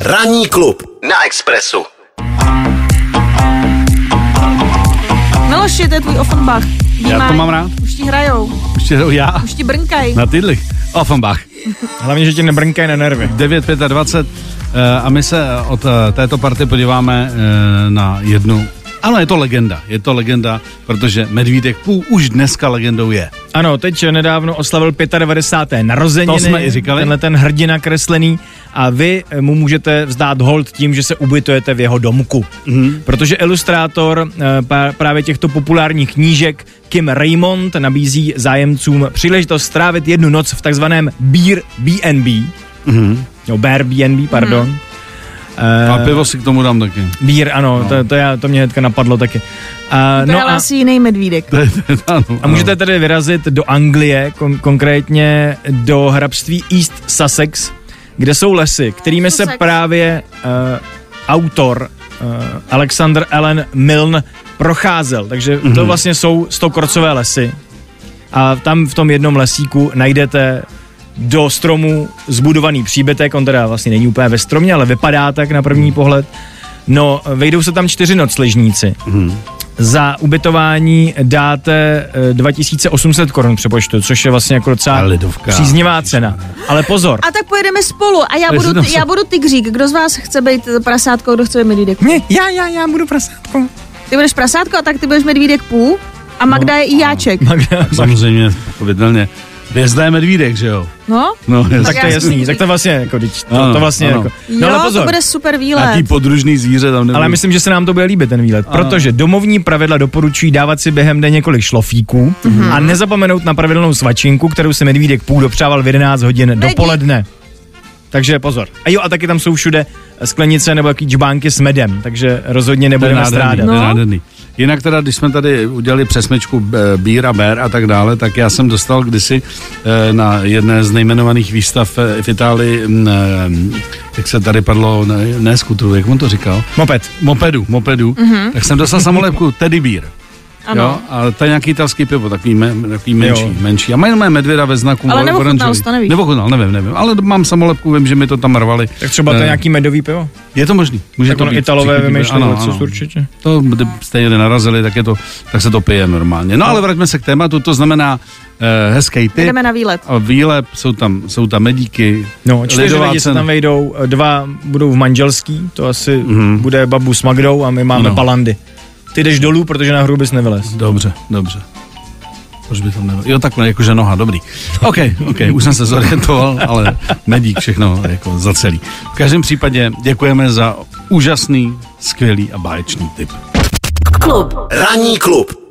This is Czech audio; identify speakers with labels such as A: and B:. A: Ranní klub na Expressu.
B: Miloši, to je tvůj Offenbach.
C: Já to mám rád. No,
B: Už ti hrajou,
C: Ještě já
B: už ti brnkají.
C: na tyhle. Offenbach.
D: Hlavně, že ti nebrnkají na nervy.
C: 9.25 eh, a my se od eh, této party podíváme eh, na jednu. Ano, je to legenda. Je to legenda, protože Medvídek Pů už dneska legendou je.
D: Ano, teď nedávno oslavil 95. narozeniny.
C: To jsme i říkali.
D: Tenhle ten hrdina kreslený. A vy mu můžete vzdát hold tím, že se ubytujete v jeho domku. Mm-hmm. Protože ilustrátor eh, pá- právě těchto populárních knížek Kim Raymond nabízí zájemcům příležitost strávit jednu noc v takzvaném Beer B&B. Mm-hmm. No, Bear B&B, pardon. Mm.
C: A pivo si k tomu dám taky.
D: Bír, ano, no. to, to, já, to mě hnedka napadlo taky. Eh, no A,
B: To je ale asi jiný medvídek.
C: no To je- to je- ano,
D: A
C: ano.
D: můžete tedy vyrazit do Anglie, kon- konkrétně do hrabství East Sussex, kde jsou lesy, kterými se
B: Sussex.
D: právě uh, autor uh, Alexander Allen Milne procházel. Takže to vlastně jsou stokorcové lesy. A tam v tom jednom lesíku najdete do stromu zbudovaný příbytek, on teda vlastně není úplně ve stromě, ale vypadá tak na první pohled. No, vejdou se tam čtyři nocležníci.
C: Mhm.
D: Za ubytování dáte eh, 2800 korun přepočtu, což je vlastně jako docela
C: A lidovka.
D: příznivá cena. Ale pozor,
B: A tak pojedeme spolu a já
C: Takže
B: budu,
C: tam
B: ty,
C: se-
B: já budu tygřík. Kdo z vás chce být prasátko, kdo chce být medvídek?
D: ne, já, já, já budu prasátko.
B: Ty budeš prasátko a tak ty budeš medvídek půl a Magda
C: No.
B: je i jáček.
D: Magda,
C: Samozřejmě, pochopitelně. Hvězda je Medvídek, že jo?
B: No?
C: No, jasně.
D: tak to je jasný, tak to vlastně jako, vždyť to,
C: Ano,
D: to vlastně
C: ano.
D: jako. No
B: jo,
D: ale
B: to
D: pozor,
B: bude super
C: Jaký
B: výlet.
C: podružný zvíře tam nebude.
D: ale myslím, že se nám to bude líbit ten výlet, protože domovní pravidla doporučují dávat si během dne několik šlofíků a nezapomenout na pravidelnou svačinku, kterou si medvídek půl dopřával v 11 hodin dopoledne. Takže pozor. A jo, a taky tam jsou všude sklenice nebo jaký džbánky s medem, takže rozhodně
C: To je
D: nebudeme
C: nádherný,
D: strádat.
C: to je
B: No.
C: nádherný. Jinak teda, když jsme tady udělali přesmečku eh, Bír a Bér a tak dále, tak já jsem dostal kdysi eh, na jedné z nejmenovaných výstav eh, v Itálii, mm, eh, jak se tady padlo, ne, ne skutru, jak on to říkal?
D: Moped.
C: Mopedu, mopedu. Mm-hmm. Tak jsem dostal samolepku Teddy Beer.
B: Mhm. Ano.
C: Jo, a to je nějaký italský pivo, takový, me, takový menší,
D: Jo.
C: menší. A mají mé medvěda ve znaku
B: Ale neochutnal
C: oranžový.
B: jsi to, nevíš?
C: Neochutnal, nevím, nevím. Ale mám samolepku, vím, že mi to tam rvali.
D: Tak třeba to
C: Eh,
D: je nějaký medový pivo?
C: Je to možný. Může
D: Tak
C: to
D: ono
C: být.
D: Italové
C: Všichni-
D: vymýšlejí
C: ano,
D: co
C: ano.
D: určitě.
C: To kdy stejně nenarazili, tak, je to, tak se to pije normálně. No ale vraťme se k tématu, to znamená eh, hezký typ
B: Jdeme na výlet.
C: a výlep, jsou tam, jsou tam medíky,
D: No, čtyři
C: lidová
D: lidi se
C: cena.
D: tam vejdou, dva budou v manželský, to asi
C: Mhm.
D: mm-hmm. bude babu s Magdou a my máme
C: No.
D: no. palandy. Ty jdeš dolů, protože na hru bys nevylez.
C: Dobře, dobře. Proč by tam nebyl? Jo, takhle, jakože noha, dobrý. OK, OK, už jsem se zorientoval, ale medík všechno jako za celý. V každém případě děkujeme za úžasný, skvělý a báječný tip.
E: Klub.
A: Ranní klub.